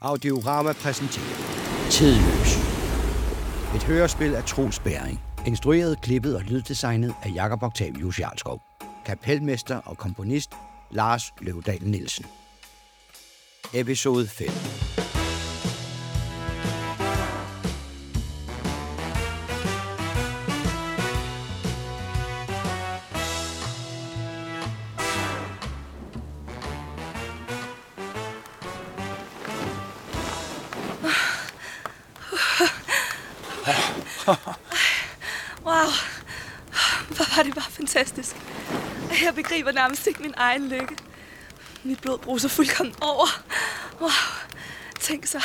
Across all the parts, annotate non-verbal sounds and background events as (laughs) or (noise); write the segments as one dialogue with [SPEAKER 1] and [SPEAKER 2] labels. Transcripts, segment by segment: [SPEAKER 1] Audiorama præsenterer Tidløs. Et hørespil af Troels Bæring. Instrueret, klippet og lyddesignet af Jakob Octavius Jarlskov. Kapelmester og komponist Lars Løvdal Nielsen. Episode 5.
[SPEAKER 2] Wow, hvor var det bare fantastisk. Jeg begriber nærmest ikke min egen lykke. Mit blod bruser fuldkommen over. Wow, tænk så.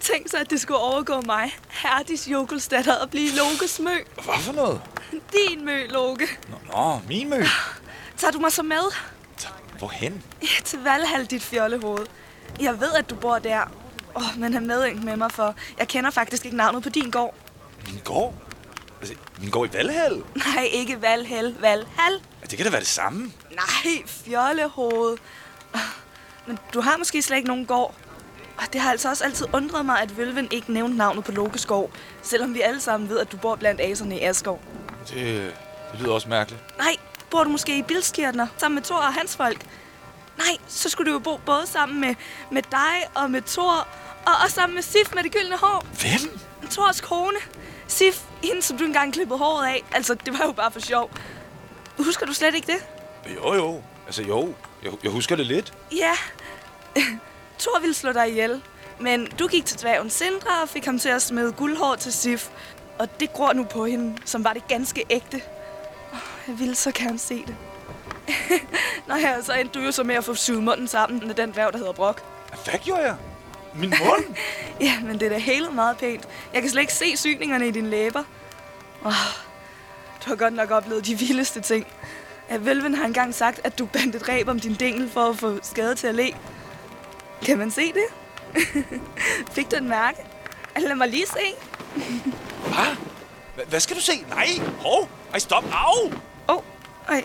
[SPEAKER 2] Tænk så, at det skulle overgå mig. Herdis jokelstatter og blive Lokes mø.
[SPEAKER 3] Hvad for noget?
[SPEAKER 2] Din mø, Loke.
[SPEAKER 3] Nå, nå min mø.
[SPEAKER 2] Tager du mig så med?
[SPEAKER 3] Ta- Hvorhen?
[SPEAKER 2] Ja, til Valhall, dit fjollehoved. Jeg ved, at du bor der. Åh, oh, men have medynk med mig, for jeg kender faktisk ikke navnet på din gård.
[SPEAKER 3] Min gård? Altså, min gård i Valhall?
[SPEAKER 2] Nej, ikke Valhall, Valhall.
[SPEAKER 3] Ja, Det kan da være det samme.
[SPEAKER 2] Nej, fjollehoved. Men du har måske slet ikke nogen gård. Og det har altså også altid undret mig, at Vølven ikke nævnte navnet på Lokeskov, selvom vi alle sammen ved, at du bor blandt aserne i Askov.
[SPEAKER 3] Det, det lyder også mærkeligt.
[SPEAKER 2] Nej, bor du måske i Bilskirtner, sammen med Thor og hans folk? Nej, så skulle du jo bo både sammen med, med dig og med Thor, og også sammen med Sif med det gyldne hår.
[SPEAKER 3] Hvem?
[SPEAKER 2] Thors kone. Sif, hende som du engang klippede håret af. Altså, det var jo bare for sjov. Husker du slet ikke det?
[SPEAKER 3] Jo, jo. Altså, jo. Jeg, jeg husker det lidt.
[SPEAKER 2] Ja. (laughs) Thor ville slå dig ihjel. Men du gik til dvæven Sindra og fik ham til at smide guldhår til Sif. Og det gror nu på hende, som var det ganske ægte. Åh, Jeg ville så gerne se det. Nå ja, så endte du jo så med at få syet munden sammen med den dværg, der hedder Brok.
[SPEAKER 3] Hvad gjorde jeg? Min mund?
[SPEAKER 2] (laughs) Ja, men det er da helt meget pænt. Jeg kan slet ikke se sygningerne i dine læber. Oh, du har godt nok oplevet de vildeste ting. At Vølven har engang sagt, at du bandt et ræb om din dingel for at få skade til at le. Kan man se det? (laughs) Fik du en mærke? Altså, Lad mig lige se.
[SPEAKER 3] Hvad? Hva- Hvad skal du se? Nej! Hov! Ej, stop! Au!
[SPEAKER 2] Åh, oh, ej.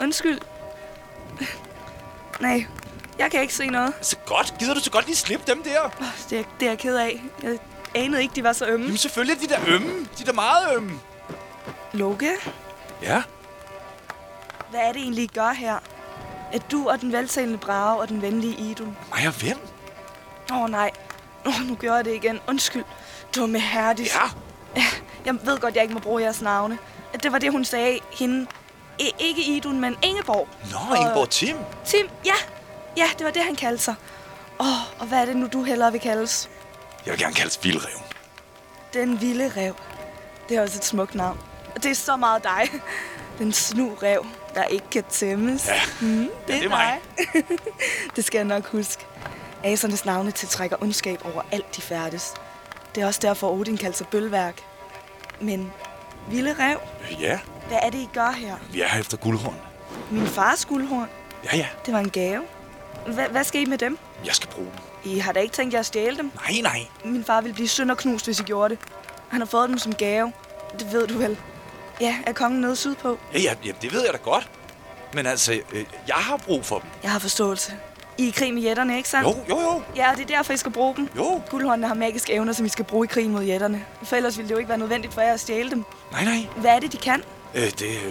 [SPEAKER 2] Undskyld. Nej, jeg kan ikke se noget.
[SPEAKER 3] Altså, godt. Gider du så godt lige slippe dem der?
[SPEAKER 2] Åh, Det er, det er jeg ked af. Jeg anede ikke, de var så ømme.
[SPEAKER 3] Jamen, selvfølgelig er de der ømme. De er der meget ømme.
[SPEAKER 2] Loke?
[SPEAKER 3] Ja.
[SPEAKER 2] Hvad er det egentlig, I gør her? At du og den veltalende Brage og den venlige Idun.
[SPEAKER 3] Mig og hvem?
[SPEAKER 2] Åh oh, nej. Åh, oh, nu gør jeg det igen. Undskyld. Dumme Herdis.
[SPEAKER 3] Ja.
[SPEAKER 2] Ja, (laughs) Jeg ved godt, jeg ikke må bruge jeres navne. Det var det, hun sagde. Hende. I, ikke Idun, men Ingeborg.
[SPEAKER 3] Nå,
[SPEAKER 2] Og-
[SPEAKER 3] Ingeborg Tim.
[SPEAKER 2] Tim, ja. Ja, det var det, han kaldte sig. Åh, oh, og hvad er det nu, du hellere vil kaldes?
[SPEAKER 3] Jeg vil gerne kaldes Vildreven.
[SPEAKER 2] Den vilde rev. Det er også et smukt navn. Og det er så meget dig. Den snu rev, der ikke kan tæmmes.
[SPEAKER 3] Ja.
[SPEAKER 2] Mm, det,
[SPEAKER 3] det er mig.
[SPEAKER 2] dig. (laughs) det skal jeg nok huske. Asernes navne tiltrækker ondskab over alt, de færdes. Det er også derfor, Odin kalder sig bølværk. Men, vilde rev,
[SPEAKER 3] Øh, Ja,
[SPEAKER 2] hvad er det, I gør her?
[SPEAKER 3] vi er her efter guldhorn.
[SPEAKER 2] Min fars guldhorn,
[SPEAKER 3] Ja, ja.
[SPEAKER 2] det var en gave. Hva- hvad skal I med dem?
[SPEAKER 3] Jeg skal bruge dem.
[SPEAKER 2] I har da ikke tænkt jer at stjæle dem?
[SPEAKER 3] Nej, nej.
[SPEAKER 2] Min far ville blive sønderknust, hvis I gjorde det. Han har fået dem som gave. Det ved du vel. Ja, er kongen nede sydpå?
[SPEAKER 3] Ja, ja, ja, det ved jeg da godt. Men altså, øh, jeg har brug for dem.
[SPEAKER 2] Jeg har forståelse. I er i krig med jætterne, ikke sandt?
[SPEAKER 3] Jo, jo, jo.
[SPEAKER 2] Ja, og det er derfor, I skal bruge dem.
[SPEAKER 3] Jo.
[SPEAKER 2] Guldhåndene har magiske evner, som I skal bruge i krigen mod jætterne. For ellers ville det jo ikke være nødvendigt for jer at stjæle dem.
[SPEAKER 3] Nej, nej.
[SPEAKER 2] Hvad er det, de kan?
[SPEAKER 3] Øh, det, øh,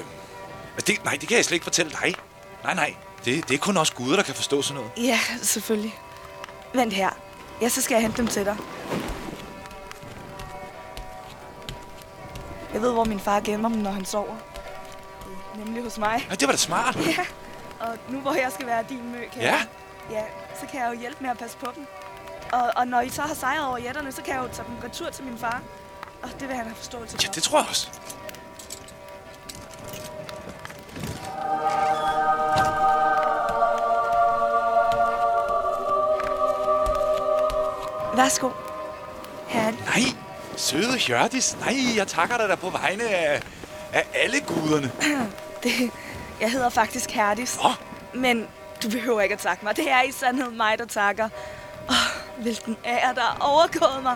[SPEAKER 3] altså, det, nej, det kan jeg slet ikke fortælle dig. Nej, nej. Det, det er kun os guder, der kan forstå sådan noget.
[SPEAKER 2] Ja, selvfølgelig. Vent her. Ja, så skal jeg hente dem til dig. Jeg ved, hvor min far gemmer dem, når han sover. Nemlig hos mig.
[SPEAKER 3] Nej, det var da smart.
[SPEAKER 2] Ja, og nu hvor jeg skal være din mø, kan
[SPEAKER 3] Ja.
[SPEAKER 2] jeg, ja, så kan jeg jo hjælpe med at passe på dem. Og, og når I så har sejret over jætterne, så kan jeg jo tage dem retur til min far. Og det vil han have forståelse for.
[SPEAKER 3] Ja, det tror jeg også.
[SPEAKER 2] Værsgo. Herre,
[SPEAKER 3] Nej, søde Hjørdis. Nej, jeg takker dig da på vegne af, af alle guderne.
[SPEAKER 2] (clears throat) det, jeg hedder faktisk Herdis.
[SPEAKER 3] Nå,
[SPEAKER 2] Men du behøver ikke at takke mig. Det er i sandhed mig, der takker. Oh, hvilken ære, der har overgået mig.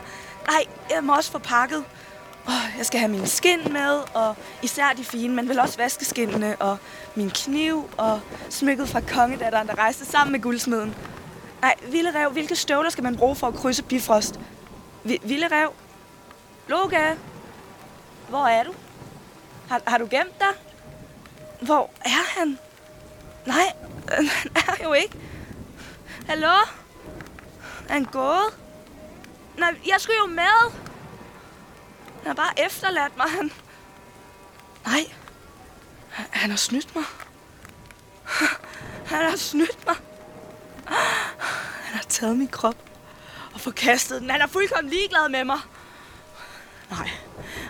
[SPEAKER 2] Nej, jeg må også få pakket. Oh, jeg skal have mine skind med, og især de fine, men vel også vaskeskindene, og min kniv, og smykket fra kongedatteren, der rejste sammen med guldsmeden. Nej, Ville Rev, hvilke støvler skal man bruge for at krydse Bifrost? Vi- Ville Rev? Loga? Hvor er du? Har, har du gemt dig? Hvor er han? Nej, (laughs) han er jo ikke. Hallo? Er han gået? Nej, jeg skulle jo med. Han har bare efterladt mig. Han... Nej, han han har snydt mig. Han har snydt mig. Han har taget min krop og forkastet den. Han er fuldkommen ligeglad med mig. Nej,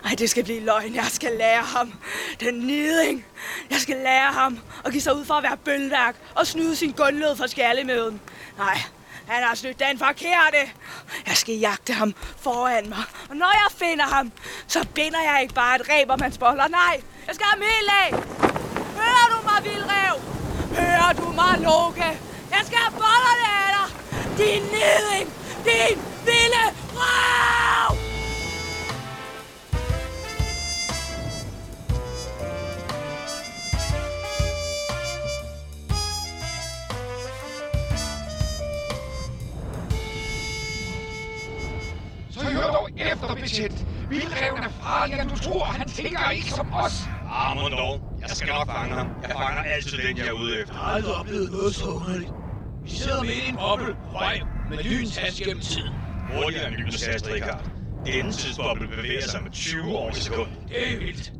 [SPEAKER 2] nej, det skal blive løgn. Jeg skal lære ham. Den niding. Jeg skal lære ham at give sig ud for at være bølværk og snyde sin gundlød for skallemøden. Nej, han har snydt den forkerte. Jeg skal jagte ham foran mig. Og når jeg finder ham, så binder jeg ikke bare et reb om hans boller. Nej, jeg skal have ham helt af. Hører du mig, vildrev? Hører du mig, Loke? Jeg skal have bollerne af dig. Din niding. Din vilde røv.
[SPEAKER 4] Så hør dog efter, betjent. Vildreven er farlig, og du tror, han tænker ikke som os.
[SPEAKER 5] Ah, må dog. Jeg skal nok fange ham. Jeg fanger altid den, jeg er ude efter.
[SPEAKER 6] har aldrig oplevet noget så underligt. Vi sidder midt i en boble, høj, med lynens hast gennem tiden.
[SPEAKER 5] Hurtigere end Lynasast, Richard. Denne tidsboble bevæger sig med 20 år i sekundet.
[SPEAKER 6] Det er vildt.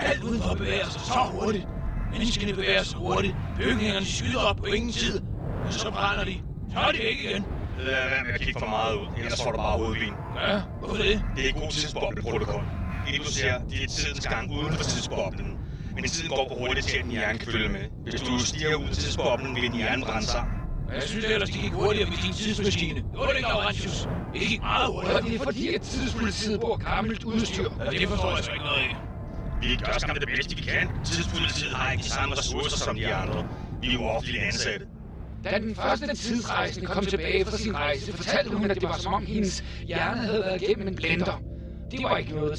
[SPEAKER 6] Alt udenfor bevæger sig så hurtigt. Menneskene bevæger sig hurtigt. Bygningerne skyder op på ingen tid. Og så brænder de. Så er de væk igen.
[SPEAKER 5] Lad være med at kigge for meget ud, ellers får du bare hovedvin.
[SPEAKER 6] Ja, hvorfor det?
[SPEAKER 5] Det er god tidsbobleprotokol. Det du ser, det er tidens gang uden for tidsboblen. Men tiden går på hurtigt til, at din hjerne kan følge med. Hvis du stiger ud til tidsboblen, vil din hjerne brænde sammen.
[SPEAKER 6] Og Jeg synes ellers, det gik hurtigere med din tidsmaskine. Det var det ikke, Laurentius. Det gik meget
[SPEAKER 4] Og
[SPEAKER 6] hurtigere.
[SPEAKER 4] det er fordi, at tidspolitiet bruger gammelt udstyr.
[SPEAKER 6] Ja, det forstår jeg så ikke noget af.
[SPEAKER 5] Vi gør skam det bedste, vi kan. Tidspolitiet har ikke de samme ressourcer som de andre. Vi er jo offentlige ansatte.
[SPEAKER 4] Da den første tidsrejsende kom tilbage fra sin rejse, fortalte hun, at det var som om hendes hjerne havde været gennem en blender. Det var ikke noget,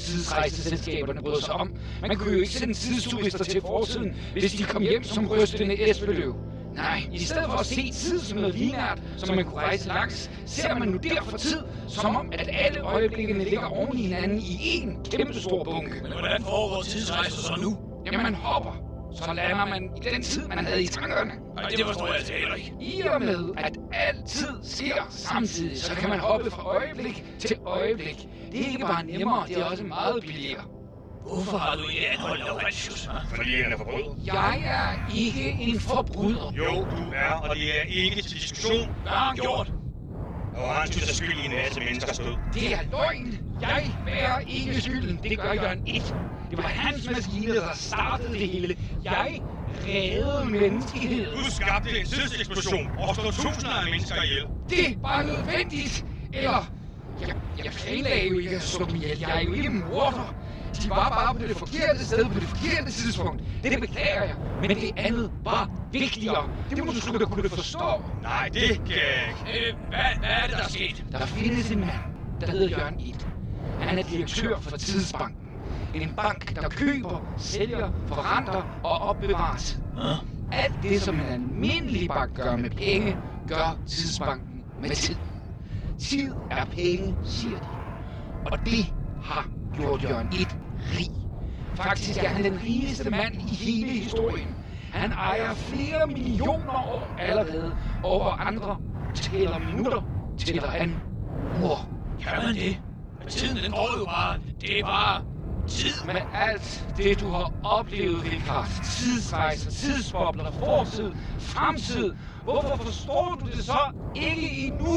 [SPEAKER 4] tidsrejseselskaberne brød sig om. Man kunne jo ikke sende tidsturister til fortiden, hvis de kom hjem som rystende esbeløv. Nej, i stedet for at se tid som noget linært, som man kunne rejse langs, ser man nu derfor tid, som om at alle øjeblikkene ligger oven i hinanden i én kæmpe stor bunke.
[SPEAKER 6] Men hvordan foregår tidsrejser så nu?
[SPEAKER 4] Jamen, man hopper, så lander man i den tid, man havde i tankerne.
[SPEAKER 6] Nej, det forstår jeg altså heller ikke.
[SPEAKER 4] I og med, at altid sker samtidig, så kan man hoppe fra øjeblik til øjeblik. Det er ikke bare nemmere, det er også meget billigere.
[SPEAKER 6] Hvorfor har du ikke anholdt Laurentius? hva'?
[SPEAKER 5] Fordi han er forbryder.
[SPEAKER 4] Jeg er ikke en forbryder.
[SPEAKER 5] Jo, du er, og det er ikke til diskussion.
[SPEAKER 6] Hvad har han gjort?
[SPEAKER 5] Og han synes er skyld i en masse menneskers død.
[SPEAKER 4] Det er løgn. Jeg bærer ikke skylden. Det gør Jørgen 1. Det var hans maskine, der startede det hele. Jeg reddede menneskeheden.
[SPEAKER 5] Du skabte en tidseksplosion og slog tusinder af mennesker ihjel.
[SPEAKER 4] Det var nødvendigt. Eller, jeg, jeg planlagde jo ikke at slå dem ihjel. Jeg er jo ikke morder. De var bare på det forkerte sted på det forkerte tidspunkt. Det beklager jeg. Men det andet var vigtigere. Det må du sgu da kunne forstå.
[SPEAKER 5] Nej, det kan jeg ikke.
[SPEAKER 6] Øh, hvad, hvad er det, der er sket?
[SPEAKER 4] Der findes en mand, der hedder Jørgen Id. Han er direktør for Tidsbanken. En bank, der køber, sælger, forrenter og opbevarer tid.
[SPEAKER 6] Huh?
[SPEAKER 4] Alt det, som en almindelig bank gør med penge, gør Tidsbanken med tid. Tid er penge, siger de. Og det har gjort Jørgen et rig. Faktisk er han den rigeste mand i hele historien. Han ejer flere millioner år allerede, og hvor andre tæller minutter, tæller han uger.
[SPEAKER 6] Kan man det? Men tiden, den går jo bare. Det er bare tid.
[SPEAKER 4] Men alt det, du har oplevet, Richard, tidsrejser, tidsbobler, fortid, fremtid, hvorfor forstår du det så ikke endnu?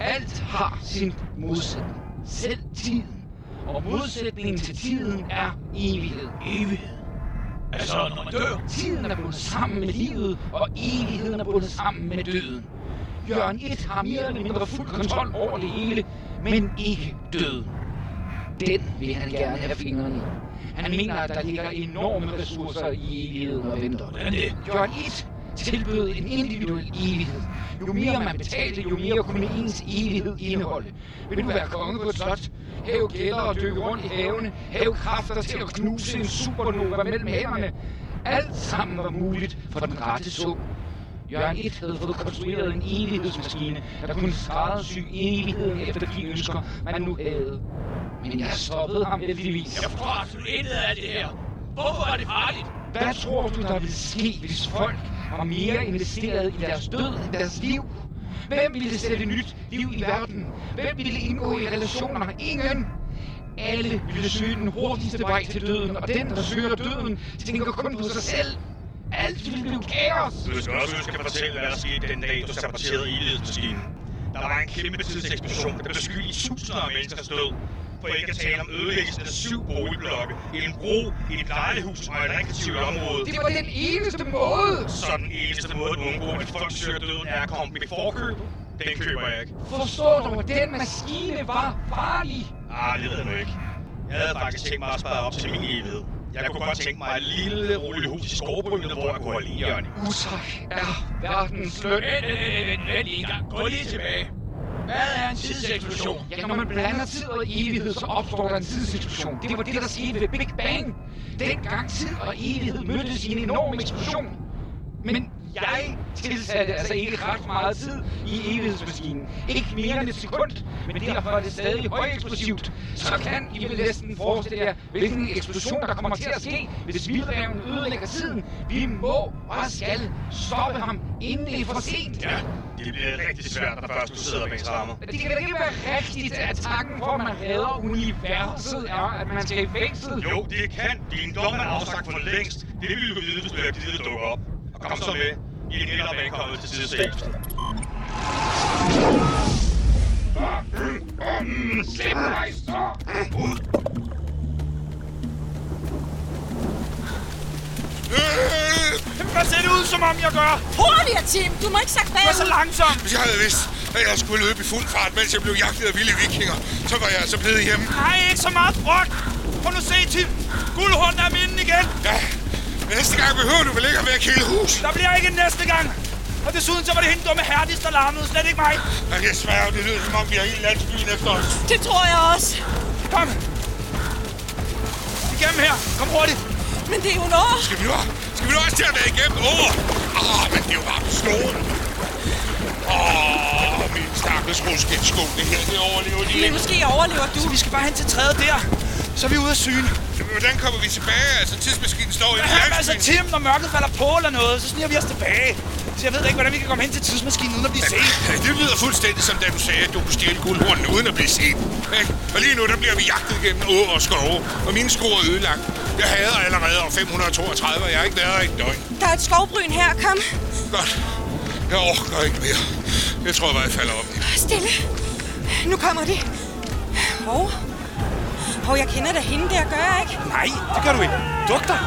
[SPEAKER 4] Alt har sin modsætning. Selv tiden. Og modsætningen til tiden er evighed.
[SPEAKER 6] Evighed. Altså, når man dør.
[SPEAKER 4] Tiden er bundet sammen med livet, og evigheden er bundet sammen med døden. Jørgen 1 har mere eller mindre fuld kontrol over det hele, men ikke døden. Den vil han gerne have fingrene i. Han mener, at der ligger enorme ressourcer i evigheden og venter.
[SPEAKER 6] Hvordan det?
[SPEAKER 4] Jørgen 1 tilbød en individuel evighed. Jo mere man betalte, jo mere kunne ens evighed indeholde. Vil du være konge på et slot? Have gælder og dykke rundt i havene? Have kræfter til at knuse en supernova mellem hænderne? Alt sammen var muligt for den rette så. Jørgen 1 havde fået konstrueret en evighedsmaskine, der kunne skræddersy evigheden efter de ønsker, man nu havde. Men jeg stoppede ham heldigvis.
[SPEAKER 6] Jeg forstår absolut intet af det her. Hvorfor er det farligt?
[SPEAKER 4] Hvad tror du, der ville ske, hvis folk var mere investeret i deres død end deres liv? Hvem ville sætte nyt liv i verden? Hvem ville indgå i relationer? Ingen! Alle ville søge den hurtigste vej til døden, og den, der søger døden, tænker kun på sig selv. Alt ville blive kaos!
[SPEAKER 5] Du skal også huske at fortælle, hvad der skete den dag, du saboterede ildhedsmaskinen. Der var en kæmpe tidseksplosion, der blev skyld i tusinder af menneskers død. For ikke at tale om ødelæggelsen af syv boligblokke, en bro, et lejehus og et rekreativt område.
[SPEAKER 4] Det var den eneste måde!
[SPEAKER 5] Så den eneste måde at undgå, at folk søger døden, er at komme med forkøb. Den køber jeg ikke.
[SPEAKER 4] Forstår du, at den maskine var farlig?
[SPEAKER 5] Ah, det ved jeg nu ikke. Jeg havde faktisk tænkt mig at spare op til min evighed. Jeg kunne godt tænke mig et lille, roligt hus i skovbrynet, hvor jeg kunne holde i hjørne.
[SPEAKER 4] Usak er verdens løn.
[SPEAKER 6] Vent, vent, vent, vent, vent lige en gang. Gå lige tilbage. Hvad er en tidseksplosion?
[SPEAKER 4] Ja, når man blander tid og evighed, så opstår der en tidseksplosion. Det var det, der skete ved Big Bang. Dengang tid og evighed mødtes i en enorm eksplosion. Men jeg tilsatte altså ikke ret meget tid i evighedsmaskinen. Ikke mere end et sekund, men derfor er det stadig højeksplosivt. Så kan I vel næsten forestille jer, hvilken eksplosion, der kommer til at ske, hvis vildreven ødelægger tiden. Vi må og skal stoppe ham, inden det er for sent.
[SPEAKER 5] Ja, det bliver rigtig svært, når først du sidder bag en strammer.
[SPEAKER 4] Men Det kan da ikke være rigtigt, at tanken for, at man redder universet, er, at man skal i fængsel.
[SPEAKER 5] Jo, det kan. Din dom er afsagt for længst. Det ville du vide, hvis du havde givet at dukke op. Og kom så med. I er netop ankommet til side 6.
[SPEAKER 4] Slip mig så!
[SPEAKER 7] Hvad ser det ud, som om jeg gør?
[SPEAKER 8] Hurtigere, Tim! Du må ikke snakke
[SPEAKER 7] Du er så
[SPEAKER 8] bagud!
[SPEAKER 7] langsom.
[SPEAKER 9] Hvis jeg havde vidst, at jeg skulle løbe i fuld fart, mens jeg blev jagtet af vilde vikinger, så var jeg altså blevet hjemme.
[SPEAKER 7] Nej, ikke så meget brok. Prøv nu at se, Tim. Guldhunden er min igen.
[SPEAKER 9] Ja, men næste gang behøver du vel ikke at være hele hus.
[SPEAKER 7] Der bliver ikke en næste gang. Og desuden så var det hende dumme herdis, der larmede. Slet ikke mig.
[SPEAKER 9] Men jeg sværger, det lyder som om, vi har hele landsbyen efter os.
[SPEAKER 8] Det tror jeg også.
[SPEAKER 7] Kom. Igennem her. Kom hurtigt.
[SPEAKER 8] Men det er jo noget.
[SPEAKER 9] Skal vi nu, skal vi nu også til at være igennem over? Åh, men det er jo bare på stolen. Åh, min stakkels rusketsko, det her, det overlever de
[SPEAKER 8] Men
[SPEAKER 9] ikke.
[SPEAKER 8] måske overlever du.
[SPEAKER 7] Så vi skal bare hen til træet der. Så er vi ude af syne.
[SPEAKER 9] Men Hvordan kommer vi tilbage? Altså, tidsmaskinen står i
[SPEAKER 7] Jamen, altså,
[SPEAKER 9] landsbyen.
[SPEAKER 7] Tim, når mørket falder på eller noget, så sniger vi os tilbage. Så jeg ved da ikke, hvordan vi kan komme hen til tidsmaskinen uden at blive set.
[SPEAKER 9] Det lyder fuldstændig som da du sagde, at du kunne stjæle guldhornene uden at blive set. Ikke? Og lige nu, der bliver vi jagtet gennem åer og skove, og mine sko er ødelagt. Jeg hader allerede år 532, og jeg har ikke været her i et døgn.
[SPEAKER 8] Der er et skovbryn her. Kom.
[SPEAKER 9] Godt. Jeg orker ikke mere. Jeg tror bare, jeg falder om.
[SPEAKER 8] Stille. Nu kommer de. Hov. Hov, jeg kender da hende der, gør jeg ikke?
[SPEAKER 7] Nej, det gør du ikke. Duk dig.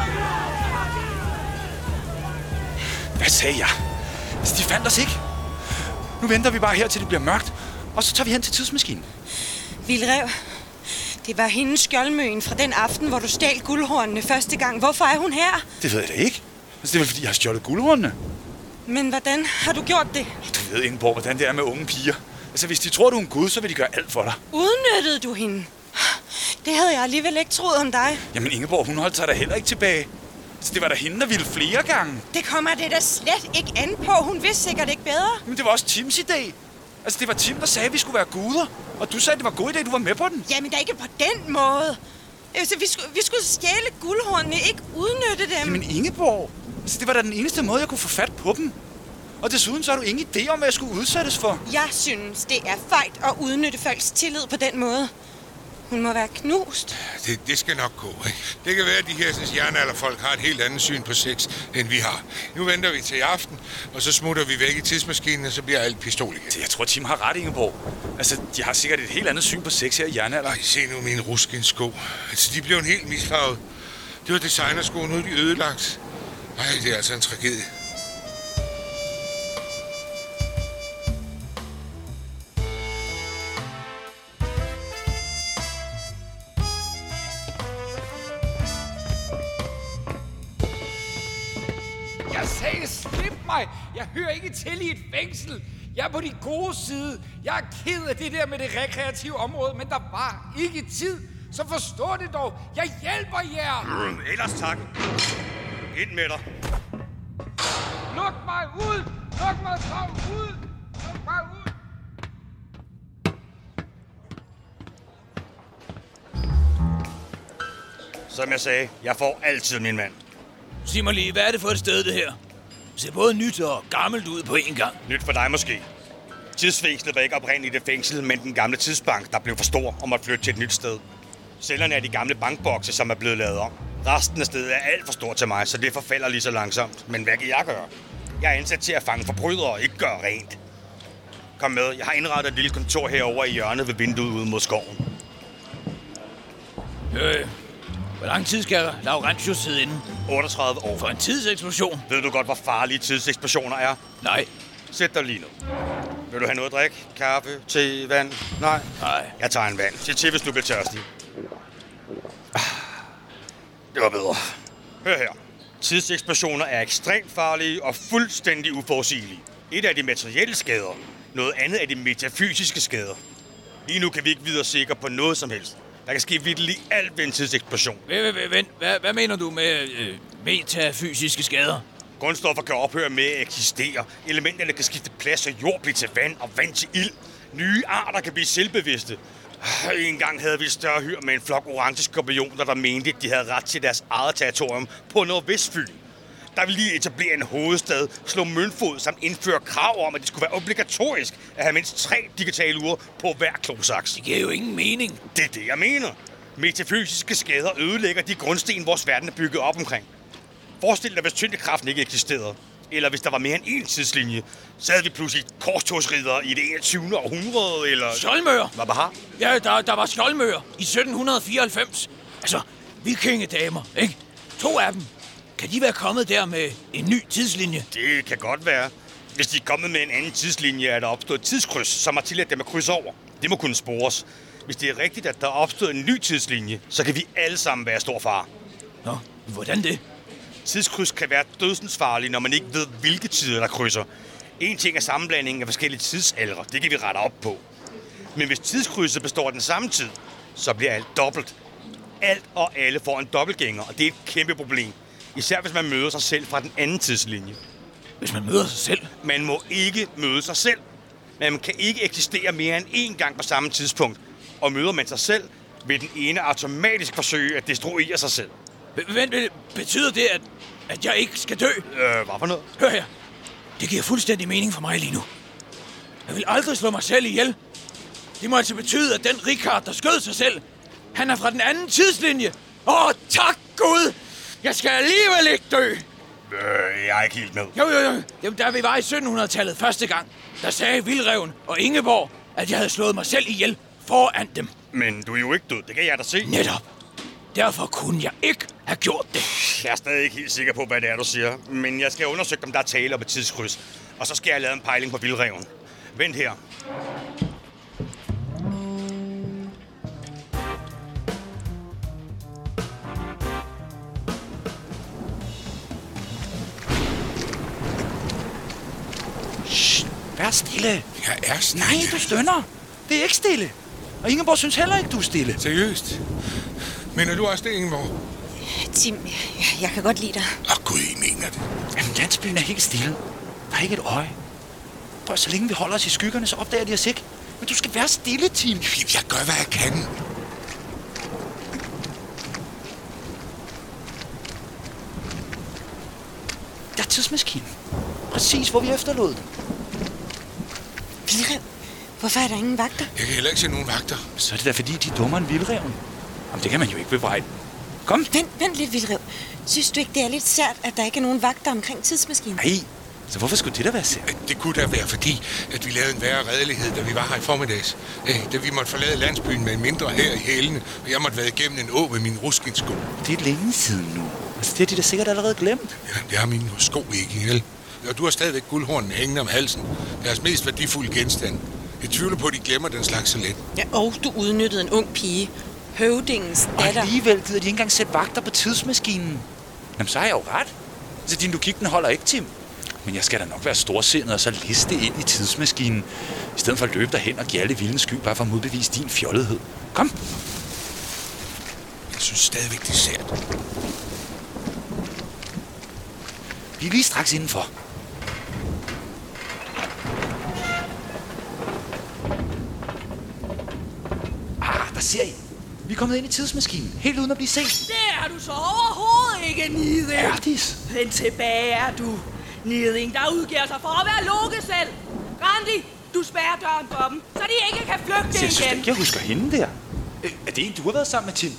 [SPEAKER 7] Hvad sagde jeg? Altså, de fandt os ikke. Nu venter vi bare her, til det bliver mørkt. Og så tager vi hen til tidsmaskinen.
[SPEAKER 8] Vildrev. Det var hendes skjoldmøen fra den aften, hvor du stjal guldhornene første gang. Hvorfor er hun her?
[SPEAKER 7] Det ved jeg da ikke. Altså, det er vel, fordi jeg har stjålet guldrundene.
[SPEAKER 8] Men hvordan har du gjort det?
[SPEAKER 7] Du ved ikke, hvordan det er med unge piger. Altså, hvis de tror, du er en gud, så vil de gøre alt for dig.
[SPEAKER 8] Udnyttede du hende? Det havde jeg alligevel ikke troet om dig.
[SPEAKER 7] Jamen, Ingeborg, hun holdt sig da heller ikke tilbage. Så det var da hende, der ville flere gange.
[SPEAKER 8] Det kommer det da slet ikke an på. Hun vidste sikkert ikke bedre.
[SPEAKER 7] Men det var også Tims idé. Altså, det var Tim, der sagde, at vi skulle være guder. Og du sagde, at det var en god idé, du var med på den.
[SPEAKER 8] Jamen, da ikke på den måde. Altså, vi skulle, vi skulle stjæle guldhornene, ikke udnytte dem.
[SPEAKER 7] Jamen Ingeborg, altså, det var da den eneste måde, jeg kunne få fat på dem. Og desuden så har du ingen idé om, hvad jeg skulle udsættes for.
[SPEAKER 8] Jeg synes, det er fejt at udnytte folks tillid på den måde. Hun må være knust.
[SPEAKER 9] Det, det skal nok gå, ikke? Det kan være, at de her sådan, jernalderfolk har et helt andet syn på sex, end vi har. Nu venter vi til i aften, og så smutter vi væk i tidsmaskinen, og så bliver alt pistol igen.
[SPEAKER 7] Jeg tror, Tim har ret, Ingeborg. Altså, de har sikkert et helt andet syn på sex her i jernalder.
[SPEAKER 9] Ej, se nu mine ruskinsko. Altså, de blev en helt misfarvet. Det var designersko, nu er de ødelagt. Ej, det er altså en tragedie.
[SPEAKER 4] Jeg sagde, slip mig! Jeg hører ikke til i et fængsel! Jeg er på de gode side. Jeg er ked af det der med det rekreative område, men der var ikke tid. Så forstå det dog. Jeg hjælper jer!
[SPEAKER 5] Hm. Ellers tak. Ind med dig.
[SPEAKER 4] Luk mig ud! Luk mig så ud! Luk mig ud!
[SPEAKER 5] Som jeg sagde, jeg får altid min mand.
[SPEAKER 6] Sig mig lige, hvad er det for et sted, det her? Det ser både nyt og gammelt ud på én gang.
[SPEAKER 5] Nyt for dig måske. Tidsfængslet var ikke oprindeligt et fængsel, men den gamle tidsbank, der blev for stor og måtte flytte til et nyt sted. Cellerne er de gamle bankbokse, som er blevet lavet om. Resten af stedet er alt for stort til mig, så det forfalder lige så langsomt. Men hvad kan jeg gøre? Jeg er ansat til at fange forbrydere og ikke gøre rent. Kom med, jeg har indrettet et lille kontor herover i hjørnet ved vinduet ude mod skoven.
[SPEAKER 6] Øh, hvor lang tid skal Laurentius sidde inde?
[SPEAKER 5] 38 år.
[SPEAKER 6] For en tidseksplosion?
[SPEAKER 5] Ved du godt, hvor farlige tidseksplosioner er?
[SPEAKER 6] Nej,
[SPEAKER 5] Sæt dig lige ned. Vil du have noget at drikke? Kaffe? Te? Vand? Nej.
[SPEAKER 6] nej.
[SPEAKER 5] Jeg tager en vand. Sig til, hvis du bliver tørstig. Ah, Det var bedre. Hør her. Tidseksplosioner er ekstremt farlige og fuldstændig uforudsigelige. Et er de materielle skader. Noget andet er de metafysiske skader. Lige nu kan vi ikke videre sikre på noget som helst. Der kan ske vitterlig alt ved en tidseksplosion.
[SPEAKER 6] Vent, vent, vent. Hvad, hvad mener du med øh, metafysiske skader?
[SPEAKER 5] Grundstoffer kan ophøre med at eksistere. Elementerne kan skifte plads, så jord bliver til vand og vand til ild. Nye arter kan blive selvbevidste. En gang havde vi et større hyr med en flok orange skorpioner, der mente, at de havde ret til deres eget territorium på Nordvestfyn. Der ville lige etablere en hovedstad, slå møntfod samt indføre krav om, at det skulle være obligatorisk at have mindst tre digitale uger på hver klosaks.
[SPEAKER 6] Det giver jo ingen mening.
[SPEAKER 5] Det er det, jeg mener. Metafysiske skader ødelægger de grundsten, vores verden er bygget op omkring. Forestil dig, hvis tyngdekraften ikke eksisterede. Eller hvis der var mere end én tidslinje. Så havde vi pludselig korstogsridere i det 21. århundrede, eller...
[SPEAKER 6] Skjoldmøer!
[SPEAKER 5] Hvad var her?
[SPEAKER 6] Ja, der, der var skjoldmøer i 1794. Altså, vikingedamer, ikke? To af dem. Kan de være kommet der med en ny tidslinje?
[SPEAKER 5] Det kan godt være. Hvis de er kommet med en anden tidslinje, er der opstået et tidskryds, som har tilladt dem at krydse over. Det må kunne spores. Hvis det er rigtigt, at der er opstået en ny tidslinje, så kan vi alle sammen være i stor fare.
[SPEAKER 6] Nå, hvordan det?
[SPEAKER 5] Tidskryds kan være dødsensfarlige, når man ikke ved, hvilke tider der krydser. En ting er sammenblandingen af forskellige tidsalder. Det kan vi rette op på. Men hvis tidskrydset består af den samme tid, så bliver alt dobbelt. Alt og alle får en dobbeltgænger, og det er et kæmpe problem. Især hvis man møder sig selv fra den anden tidslinje.
[SPEAKER 6] Hvis man møder sig selv?
[SPEAKER 5] Man må ikke møde sig selv. Man kan ikke eksistere mere end én gang på samme tidspunkt. Og møder man sig selv, vil den ene automatisk forsøge at destruere sig selv.
[SPEAKER 6] V- Vent, vent, betyder det, at, at jeg ikke skal dø?
[SPEAKER 5] Øh, hvad for noget?
[SPEAKER 6] Hør her. Det giver fuldstændig mening for mig lige nu. Jeg vil aldrig slå mig selv ihjel. Det må altså betyde, at den Richard, der skød sig selv, han er fra den anden tidslinje. Åh, tak Gud! Jeg skal alligevel ikke dø!
[SPEAKER 5] Øh, jeg er ikke helt med.
[SPEAKER 6] Jo, jo, jo. Jamen, da vi var i 1700-tallet første gang, der sagde Vildreven og Ingeborg, at jeg havde slået mig selv ihjel foran dem.
[SPEAKER 5] Men du er jo ikke død, det kan jeg da se.
[SPEAKER 6] Netop. Derfor kunne jeg ikke have gjort det.
[SPEAKER 5] Jeg er stadig ikke helt sikker på, hvad det er, du siger. Men jeg skal undersøge, om der er tale om et tidskryds. Og så skal jeg lave en pejling på vildreven. Vent her.
[SPEAKER 7] Vær stille.
[SPEAKER 9] Jeg er snart.
[SPEAKER 7] Nej, du stønner. Det er ikke stille. Og Ingeborg synes heller ikke, du er stille.
[SPEAKER 9] Seriøst? Mener du også det, Ingeborg?
[SPEAKER 8] Tim, jeg, jeg kan godt lide dig.
[SPEAKER 9] Åh, Gud, I mener det.
[SPEAKER 7] Jamen, landsbyen er helt stille. Der er ikke et øje. Prøv, så længe vi holder os i skyggerne, så opdager de os ikke. Men du skal være stille, Tim.
[SPEAKER 9] Jamen, Jeg gør, hvad jeg kan.
[SPEAKER 7] Der er tidsmaskinen. Præcis, hvor vi efterlod den.
[SPEAKER 8] Vildrev, hvorfor er der ingen vagter?
[SPEAKER 9] Jeg kan heller ikke se nogen vagter.
[SPEAKER 7] Så er det da, fordi de er dummere end vildreven. Jamen, det kan man jo ikke bebrejde. Kom.
[SPEAKER 8] Vent, vent lidt, Vildrev. Synes du ikke, det er lidt sært, at der ikke er nogen vagter omkring tidsmaskinen?
[SPEAKER 7] Nej, så hvorfor skulle det da være sært?
[SPEAKER 9] At Det kunne da være fordi, at vi lavede en værre redelighed, da vi var her i formiddags. Øh, Da vi måtte forlade landsbyen med en mindre her i hælene, og jeg måtte være igennem en å med min ruskinsko.
[SPEAKER 7] Det er længe siden nu. Altså, det har de da sikkert allerede glemt.
[SPEAKER 9] Ja, det har mine sko ikke, vel? Og du har stadigvæk guldhornen hængende om halsen. Deres mest værdifulde genstand. Jeg tvivler på, at de glemmer den slags så let.
[SPEAKER 8] Ja, og du udnyttede en ung pige. Høvdingens
[SPEAKER 7] Og
[SPEAKER 8] datter.
[SPEAKER 7] alligevel gider de ikke engang sætte vagter på tidsmaskinen. Jamen, så har jeg jo ret. Så din logik, den holder ikke, Tim. Men jeg skal da nok være storsindet og så liste ind i tidsmaskinen, i stedet for at løbe derhen og give alle vildens sky, bare for at modbevise din fjollethed. Kom!
[SPEAKER 9] Jeg synes stadigvæk, det er sært.
[SPEAKER 7] Vi er lige straks indenfor. ser Ah, I? Vi er kommet ind i tidsmaskinen, helt uden at blive set.
[SPEAKER 2] Det er du så overhovedet ikke, Niding.
[SPEAKER 7] Ærtis!
[SPEAKER 2] Men tilbage er du. Niding, der udgiver sig for at være Loke selv. Randi, du spærrer døren for dem, så de ikke kan flygte
[SPEAKER 7] Altså, Jeg synes
[SPEAKER 2] igen.
[SPEAKER 7] ikke, jeg husker hende der. Øh, Er det en, du har været sammen med, Tim?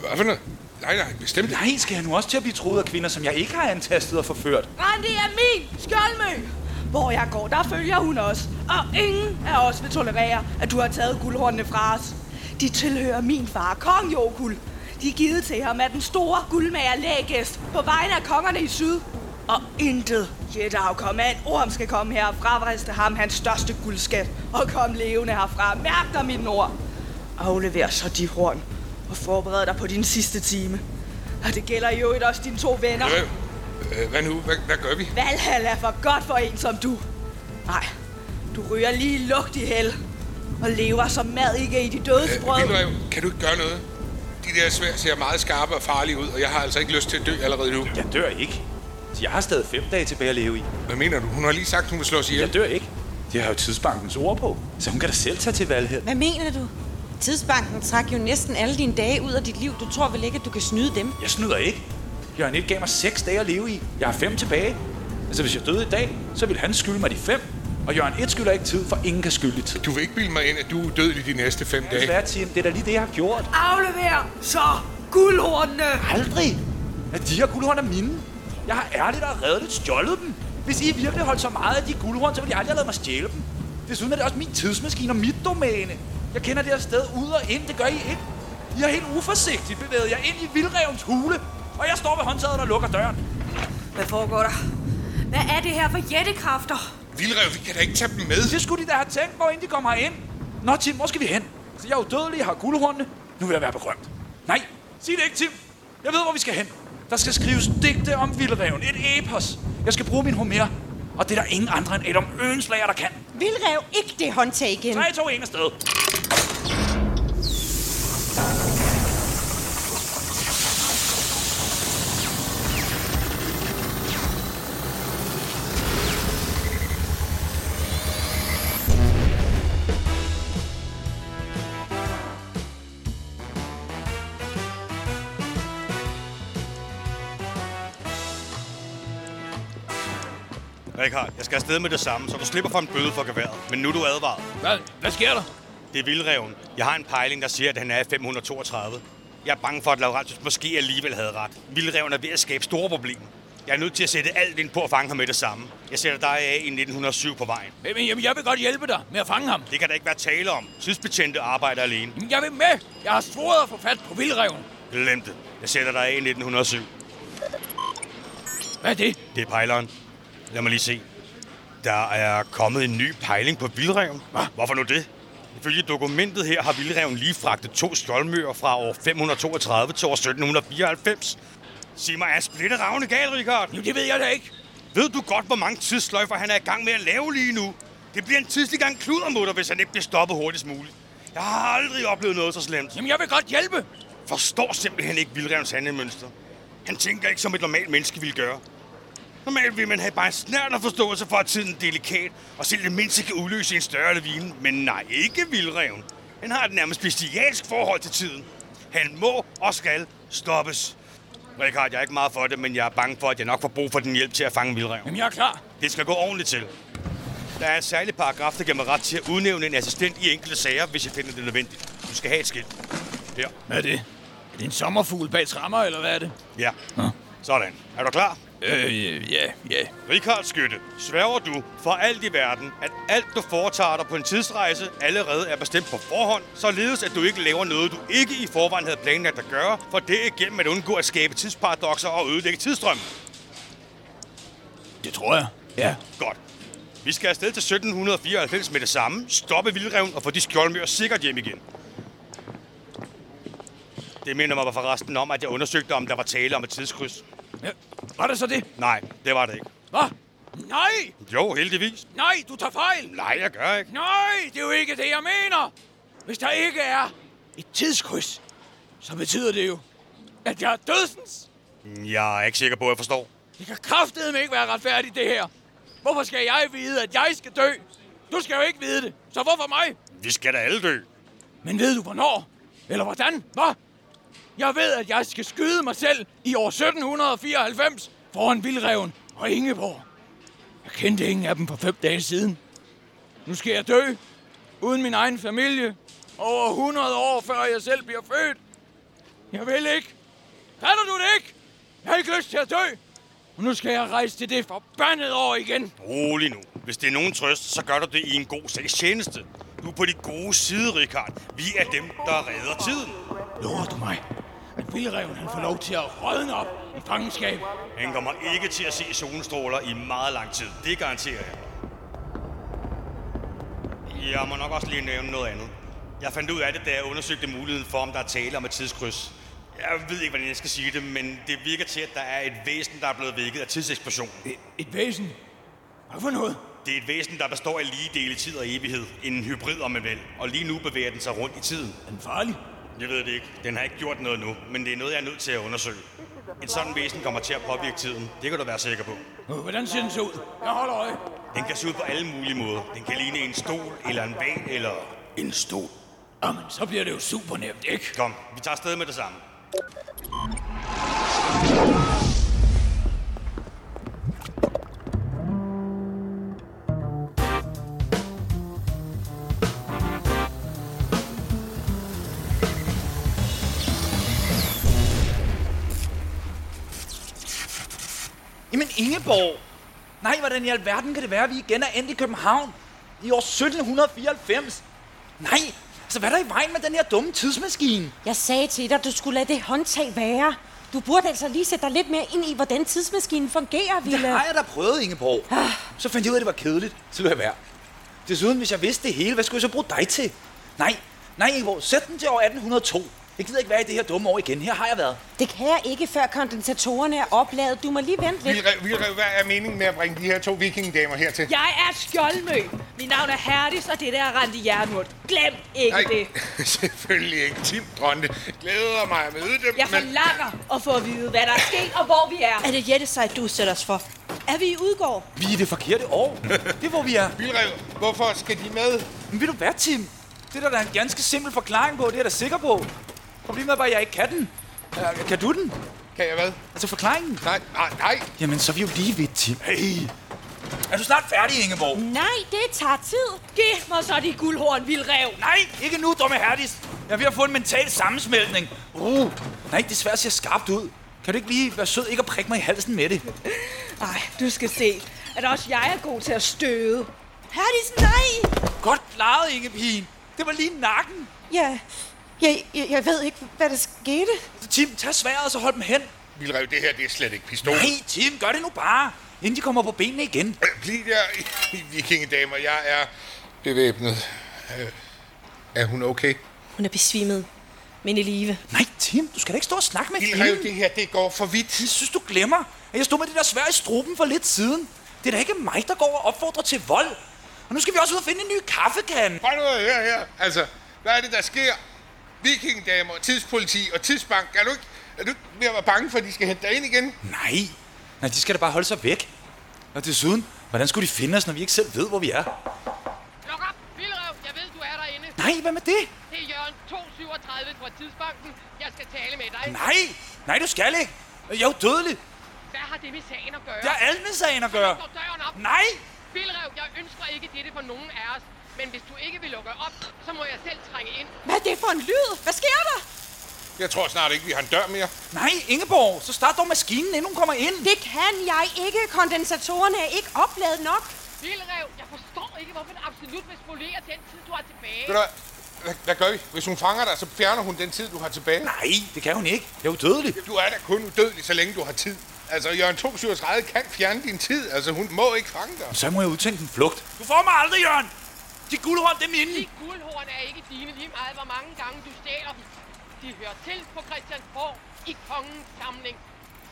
[SPEAKER 9] Hvad for noget? Nej, nej, bestemt ikke.
[SPEAKER 7] Nej, skal jeg nu også til at blive troet af kvinder, som jeg ikke har antastet og forført?
[SPEAKER 2] Randi er min skjoldmø. Hvor jeg går, der følger hun os. Og ingen af os vil tolerere, at du har taget guldhornene fra os. De tilhører min far, kong Jokul. De er givet til ham af den store guldmager lægest på vegne af kongerne i syd. Og intet jætteafkom af en orm skal komme her og fravriste ham hans største guldskat. Og kom levende herfra, mærk dig min ord. Aflever så de horn og forbered dig på din sidste time. Og det gælder jo også dine to venner.
[SPEAKER 9] Øh, øh, hvad nu? Hvad, hvad gør vi?
[SPEAKER 2] Valhalla er for godt for en som du. Nej, du ryger lige lugt i hel. Og lever som mad ikke i de dødes brød.
[SPEAKER 9] Øh, Vildrev, kan du ikke gøre noget? De der svær ser meget skarpe og farlige ud, og jeg har altså ikke lyst til at dø allerede nu.
[SPEAKER 7] Jeg dør ikke. Jeg har stadig fem dage tilbage at leve i.
[SPEAKER 9] Hvad mener du? Hun har lige sagt, hun vil slå os ihjel.
[SPEAKER 7] Jeg dør ikke. Det har jo tidsbankens ord på, så hun kan da selv tage til valghed.
[SPEAKER 8] Hvad mener du? Tidsbanken trak jo næsten alle dine dage ud af dit liv. Du tror vel ikke, at du kan snyde dem?
[SPEAKER 7] Jeg snyder ikke. Jørgen ikke gav mig seks dage at leve i. Jeg har fem tilbage. Altså, hvis jeg døde i dag, så ville han skylde mig de fem. Og Jørgen 1 skylder ikke tid, for ingen kan skylde i tid.
[SPEAKER 9] Du vil ikke bilde mig ind, at du er død i de næste fem dage.
[SPEAKER 7] Desværre, Tim, det er da lige det, jeg har gjort.
[SPEAKER 2] Aflever så guldhornene.
[SPEAKER 7] Aldrig! At de her guldhorn er mine. Jeg har ærligt og redeligt stjålet dem. Hvis I virkelig holdt så meget af de guldhorn, så ville I aldrig have lavet mig stjæle dem. Desuden er det også min tidsmaskine og mit domæne. Jeg kender det her sted ud og ind, det gør I ikke. I har helt uforsigtigt bevæget jer ind i vildrevens hule, og jeg står ved håndtaget og lukker døren.
[SPEAKER 2] Hvad foregår der?
[SPEAKER 9] øh.
[SPEAKER 2] Hvad er det her for jættekræfter?
[SPEAKER 9] Vildrev, vi kan da ikke tage dem med.
[SPEAKER 7] Det skulle de da have tænkt på, inden de kom herind. Nå, Tim, hvor skal vi hen? Så jeg er udødelig, jeg har guldhornene. Nu vil jeg være berømt. Nej, sig det ikke, Tim. Jeg ved, hvor vi skal hen. Der skal skrives digte om vildreven. Et epos. Jeg skal bruge min Homer. Og det er der ingen andre end Adam Øenslager, der kan.
[SPEAKER 8] Vildrev ikke det håndtag igen.
[SPEAKER 7] 3, 2, 1 afsted.
[SPEAKER 5] Rikard, jeg skal afsted med det samme, så du slipper for en bøde for geværet. Men nu er du advaret.
[SPEAKER 6] Hvad, hvad sker der?
[SPEAKER 5] Det er vildreven. Jeg har en pejling, der siger, at han er 532. Jeg er bange for, at Laurentius måske alligevel havde ret. Vildreven er ved at skabe store problemer. Jeg er nødt til at sætte alt ind på at fange ham med det samme. Jeg sætter dig af i 1907 på vejen.
[SPEAKER 6] Jamen, jamen, jeg vil godt hjælpe dig med at fange ham.
[SPEAKER 5] Det kan der ikke være tale om. Tidsbetjente arbejder alene.
[SPEAKER 6] Jamen, Jeg vil med. Jeg har svoret at få fat på vildreven.
[SPEAKER 5] Glem det. Jeg sætter dig af i 1907.
[SPEAKER 6] Hvad er det?
[SPEAKER 5] Det er pejleren. Lad mig lige se. Der er kommet en ny pejling på vildreven. Hvorfor nu det? Ifølge dokumentet her har vildreven lige fragtet to skjoldmøer fra år 532 til år 1794. Sig mig, er splitteravne gal, Richard?
[SPEAKER 6] Jamen, det ved jeg da ikke.
[SPEAKER 5] Ved du godt, hvor mange tidssløjfer han er i gang med at lave lige nu? Det bliver en tidslig gang kludermutter, hvis han ikke bliver stoppet hurtigst muligt. Jeg har aldrig oplevet noget så slemt
[SPEAKER 6] Jamen, jeg vil godt hjælpe.
[SPEAKER 5] forstår simpelthen ikke vildrevens handlemønster. Han tænker ikke, som et normalt menneske ville gøre. Normalt vil man have bare en snært forståelse for, at tiden er delikat, og selv det mindste kan udløse en større lavine. Men nej, ikke vildreven. Han har et nærmest bestialsk forhold til tiden. Han må og skal stoppes. Rikard, jeg er ikke meget for det, men jeg er bange for, at jeg nok får brug for din hjælp til at fange vildreven.
[SPEAKER 6] Jamen, jeg er klar.
[SPEAKER 5] Det skal gå ordentligt til. Der er en særlig paragraf, der giver mig ret til at udnævne en assistent i enkelte sager, hvis jeg finder det nødvendigt. Du skal have et skilt. Her.
[SPEAKER 6] Hvad er det? Er det en sommerfugl bag trammer, eller hvad er det?
[SPEAKER 5] Ja. Sådan. Er du klar?
[SPEAKER 6] Øh, ja, ja.
[SPEAKER 5] Richard Skytte, sværger du for alt i verden, at alt du foretager dig på en tidsrejse allerede er bestemt på forhånd, således at du ikke laver noget, du ikke i forvejen havde planlagt at gøre, for det er igennem at undgå at skabe tidsparadoxer og ødelægge tidsstrømmen.
[SPEAKER 6] Det tror jeg. Ja.
[SPEAKER 5] Godt. Vi skal afsted til 1794 med det samme, stoppe vildreven og få de skjoldmøer sikkert hjem igen. Det minder mig forresten om, at jeg undersøgte, om der var tale om et tidskryds.
[SPEAKER 6] ja. Var det så det?
[SPEAKER 5] Nej, det var det ikke.
[SPEAKER 6] Hvad? Nej!
[SPEAKER 5] Jo, heldigvis.
[SPEAKER 6] Nej, du tager fejl!
[SPEAKER 5] Nej, jeg gør ikke.
[SPEAKER 6] Nej, det er jo ikke det, jeg mener! Hvis der ikke er et tidskryds, så betyder det jo, at jeg er dødsens.
[SPEAKER 5] Jeg er ikke sikker på, at jeg forstår.
[SPEAKER 6] Det kan kraftedeme ikke være retfærdigt, det her. Hvorfor skal jeg vide, at jeg skal dø? Du skal jo ikke vide det, så hvorfor mig?
[SPEAKER 5] Vi skal da alle dø.
[SPEAKER 6] Men ved du hvornår? Eller hvordan? Nå? Jeg ved, at jeg skal skyde mig selv i år 1794 foran Vildreven og Ingeborg. Jeg kendte ingen af dem for fem dage siden. Nu skal jeg dø, uden min egen familie, over 100 år, før jeg selv bliver født. Jeg vil ikke. Fatter du det ikke? Jeg har ikke lyst til at dø. Og nu skal jeg rejse til det forbandede år igen.
[SPEAKER 5] Rolig nu. Hvis det er nogen trøst, så gør du det i en god sags tjeneste. Du er på de gode side, Richard. Vi er dem, der redder tiden.
[SPEAKER 6] Lover du mig, at Vildreven han får lov til at rådne op i fangenskab?
[SPEAKER 5] Han kommer ikke til at se solstråler i meget lang tid. Det garanterer jeg. Jeg må nok også lige nævne noget andet. Jeg fandt ud af det, da jeg undersøgte muligheden for, om der er tale om et tidskryds. Jeg ved ikke, hvordan jeg skal sige det, men det virker til, at der er et væsen, der er blevet vækket af tidseksplosionen.
[SPEAKER 6] Et, et væsen? Hvad for noget?
[SPEAKER 5] Det er et væsen, der består af lige dele tid og evighed. En hybrid, om man vil. Og lige nu bevæger den sig rundt i tiden.
[SPEAKER 6] Er den farlig?
[SPEAKER 5] Jeg ved det ikke. Den har ikke gjort noget nu, men det er noget, jeg er nødt til at undersøge. En sådan væsen kommer til at påvirke tiden. Det kan du være sikker på.
[SPEAKER 6] Øh, Hvordan ser den så ud? Jeg holder øje.
[SPEAKER 5] Den kan se ud på alle mulige måder. Den kan ligne en stol, eller en van, eller...
[SPEAKER 6] En stol. Jamen, så bliver det jo super nemt, ikke?
[SPEAKER 5] Kom, vi tager afsted med det samme.
[SPEAKER 7] Jamen Ingeborg! Nej, hvordan i alverden kan det være, at vi igen er endt i København? I år 1794? Nej, så hvad er der i vejen med den her dumme tidsmaskine?
[SPEAKER 10] Jeg sagde til dig, at du skulle lade det håndtag være. Du burde altså lige sætte dig lidt mere ind i, hvordan tidsmaskinen fungerer,
[SPEAKER 7] Det
[SPEAKER 10] Ville.
[SPEAKER 7] har jeg da prøvet, Ingeborg.
[SPEAKER 10] Ah.
[SPEAKER 7] Så fandt jeg ud af, at det var kedeligt. Så lå jeg være. Desuden, hvis jeg vidste det hele, hvad skulle jeg så bruge dig til? Nej, nej Ingeborg, sæt den til år 1802. Jeg gider ikke være i det her dumme år igen. Her har jeg været.
[SPEAKER 10] Det kan jeg ikke, før kondensatorerne er opladet. Du må lige vente lidt.
[SPEAKER 9] Vildrev, Vildrev, hvad er meningen med at bringe de her to vikingedamer hertil?
[SPEAKER 11] Jeg er Skjoldmø. Mit navn er Herdis, og det der er Randi Jernmund. Glem ikke
[SPEAKER 9] Nej, (laughs)
[SPEAKER 11] det.
[SPEAKER 9] selvfølgelig ikke. Tim Dronte glæder mig at møde dem,
[SPEAKER 11] Jeg
[SPEAKER 9] men...
[SPEAKER 11] forlanger at få at vide, hvad der er sket og hvor vi er.
[SPEAKER 8] Er det Jette sig, du sætter os for?
[SPEAKER 11] Er vi i Udgård?
[SPEAKER 7] Vi er i det forkerte år. Det er, hvor vi er.
[SPEAKER 9] Vildrev, hvorfor skal de med?
[SPEAKER 7] Men vil du være, Tim? Det er der da en ganske simpel forklaring på, det er jeg da sikker på. Problemet er bare, at jeg ikke kan den. Øh, Kan du den?
[SPEAKER 9] Kan jeg hvad?
[SPEAKER 7] Altså forklaringen?
[SPEAKER 9] Nej, nej, nej.
[SPEAKER 7] Jamen, så er vi jo lige ved, Tim. Hey. Er du snart færdig, Ingeborg?
[SPEAKER 10] Nej, det tager tid.
[SPEAKER 11] Giv mig så de guldhorn, vildrev.
[SPEAKER 7] Nej, ikke nu, dumme hertis. Jeg er ved at få en mental sammensmeltning. Uh, nej, det svært ser skarpt ud. Kan du ikke lige være sød ikke at prikke mig i halsen med det?
[SPEAKER 11] Nej, du skal se, at også jeg er god til at støde.
[SPEAKER 8] Herdis, nej!
[SPEAKER 7] Godt klaret, Ingepigen. Det var lige nakken.
[SPEAKER 8] Ja, jeg, jeg, jeg ved ikke, hvad der skete.
[SPEAKER 7] Så Tim, tag sværet og så hold dem hen.
[SPEAKER 9] Vildrev, det her det er slet ikke pistol.
[SPEAKER 7] Nej, Tim, gør det nu bare. Inden de kommer på benene igen.
[SPEAKER 9] Øh, Bliv der, I- I vikingedamer. Jeg er bevæbnet. Øh, Er hun okay?
[SPEAKER 10] Hun er besvimet, men i live.
[SPEAKER 7] Nej, Tim, du skal da ikke stå og snakke med
[SPEAKER 9] Vildrev,
[SPEAKER 7] hende.
[SPEAKER 9] det her det går for vidt.
[SPEAKER 7] Jeg synes, du glemmer, at jeg stod med det der svær i struben for lidt siden. Det er da ikke mig, der går og opfordrer til vold. Og nu skal vi også ud og finde en ny kaffekande.
[SPEAKER 9] Prøv nu at høre her. Altså, hvad er det, der sker? Vikingedamer, tidspoliti og tidsbank. Er du ikke, er du ikke ved at være bange for, at de skal hente dig ind igen?
[SPEAKER 7] Nej. Nej, de skal da bare holde sig væk. Og desuden, hvordan skulle de finde os, når vi ikke selv ved, hvor vi er?
[SPEAKER 12] Luk op! Vildrev, jeg ved, du er derinde.
[SPEAKER 7] Nej, hvad med det?
[SPEAKER 12] Det er Jørgen 237 fra Tidsbanken. Jeg skal tale med dig.
[SPEAKER 7] Nej, nej, du skal ikke. Jeg er jo dødelig.
[SPEAKER 12] Hvad har det med sagen at gøre?
[SPEAKER 7] Det har alt med sagen at gøre.
[SPEAKER 12] Slå døren op.
[SPEAKER 7] Nej,
[SPEAKER 12] Vildrev, jeg ønsker ikke dette for nogen af os. Men hvis du ikke vil lukke op, så må jeg selv trænge ind.
[SPEAKER 8] Hvad er det for en lyd? Hvad sker der?
[SPEAKER 9] Jeg tror snart ikke, vi har en dør mere.
[SPEAKER 7] nej, Ingeborg, så start dog maskinen, inden hun kommer ind.
[SPEAKER 8] Det kan jeg ikke. Kondensatorerne er ikke opladet nok.
[SPEAKER 12] Vildrev, jeg forstår ikke, hvorfor du absolut vil spolere den tid, du har tilbage.
[SPEAKER 9] Ved du hvad? hvad? Hvad gør vi? Hvis hun fanger dig, så fjerner hun den tid, du har tilbage.
[SPEAKER 7] Nej, det kan hun ikke. Jeg er jo dødelig.
[SPEAKER 9] Du er da kun udødelig, så længe du har tid. Altså, Jørgen 237 kan fjerne din tid. Altså, hun må ikke fange dig.
[SPEAKER 7] Så må jeg udtænke en flugt. Du får mig aldrig, Jørgen. De guldhånd, det er mine.
[SPEAKER 12] De guldhorn er ikke dine lige meget, hvor mange gange du stjæler dem. De hører til på Christiansborg i kongens samling.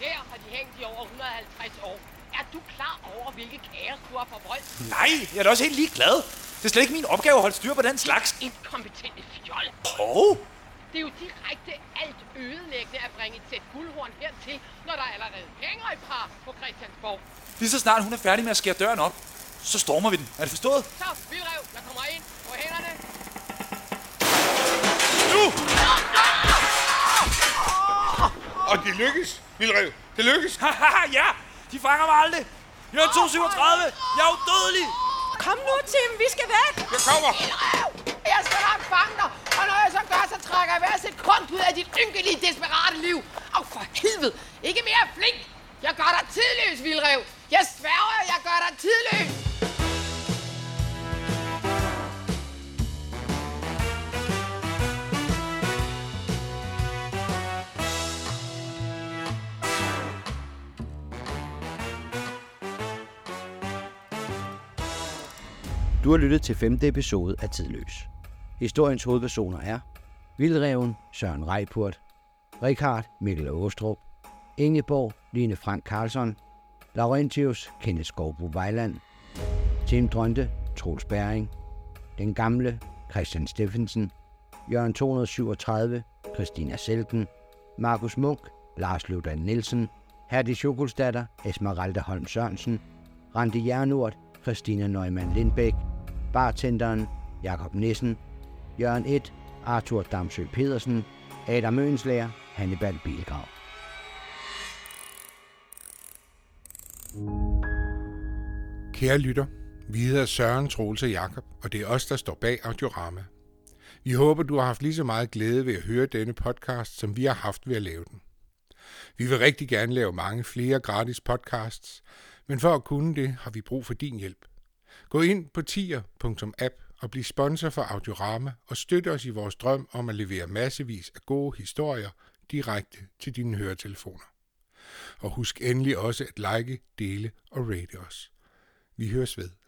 [SPEAKER 12] Der har de hængt i over 150 år. Er du klar over, hvilke kaos du har forvoldt?
[SPEAKER 7] Nej, jeg er da også helt ligeglad. Det er slet ikke min opgave at holde styr på den slags.
[SPEAKER 12] Inkompetente fjol!
[SPEAKER 7] Åh, oh,
[SPEAKER 12] Det er jo direkte alt ødelæggende at bringe et sæt guldhorn hertil, når der allerede hænger et par på Christiansborg.
[SPEAKER 7] lige så snart hun er færdig med at skære døren op, så stormer vi den. Er det forstået?
[SPEAKER 12] Så, vildrev, jeg kommer ind på hænderne.
[SPEAKER 7] Nu
[SPEAKER 9] nu! Og det lykkes, Vildrev. Det lykkes.
[SPEAKER 6] Haha, ja! De fanger mig aldrig. Jeg er 237. Jeg er udødelig.
[SPEAKER 10] Kom nu, Tim. Vi skal væk.
[SPEAKER 9] Jeg kommer.
[SPEAKER 12] Jeg skal nok fange dig, og når jeg så gør, så trækker jeg hver sekund ud af dit ynkelige, desperate liv. Og for helvede, ikke mere flink. Jeg gør dig tidløs, vildrev. Jeg sværger, jeg gør dig tidløs.
[SPEAKER 1] Du har lyttet til femte episode af Tidløs. Historiens hovedpersoner er Vildreven Søren Reipurt, Richard Mikkel Åstrup, Ingeborg Line Frank Karlsson, Laurentius Kenneth Skovbro Vejland, Tim Drønte Troels Bæring, Den Gamle Christian Steffensen, Jørgen 237 Christina Selten, Markus Munk Lars Løvdan Nielsen, Herdi Sjokolstatter Esmeralda Holm Sørensen, Randi Jernort Christina Neumann Lindbæk, bartenderen Jakob Nissen, Jørgen 1, Arthur Damsø Pedersen, Adam Mønslager, Hannibal Bilgrav.
[SPEAKER 9] Kære lytter, vi hedder Søren Troels og Jakob, og det er os, der står bag Audiorama. Vi håber, du har haft lige så meget glæde ved at høre denne podcast, som vi har haft ved at lave den. Vi vil rigtig gerne lave mange flere gratis podcasts, men for at kunne det, har vi brug for din hjælp. Gå ind på tier.app og bliv sponsor for Audiorama og støt os i vores drøm om at levere massevis af gode historier direkte til dine høretelefoner. Og husk endelig også at like, dele og rate os. Vi høres ved.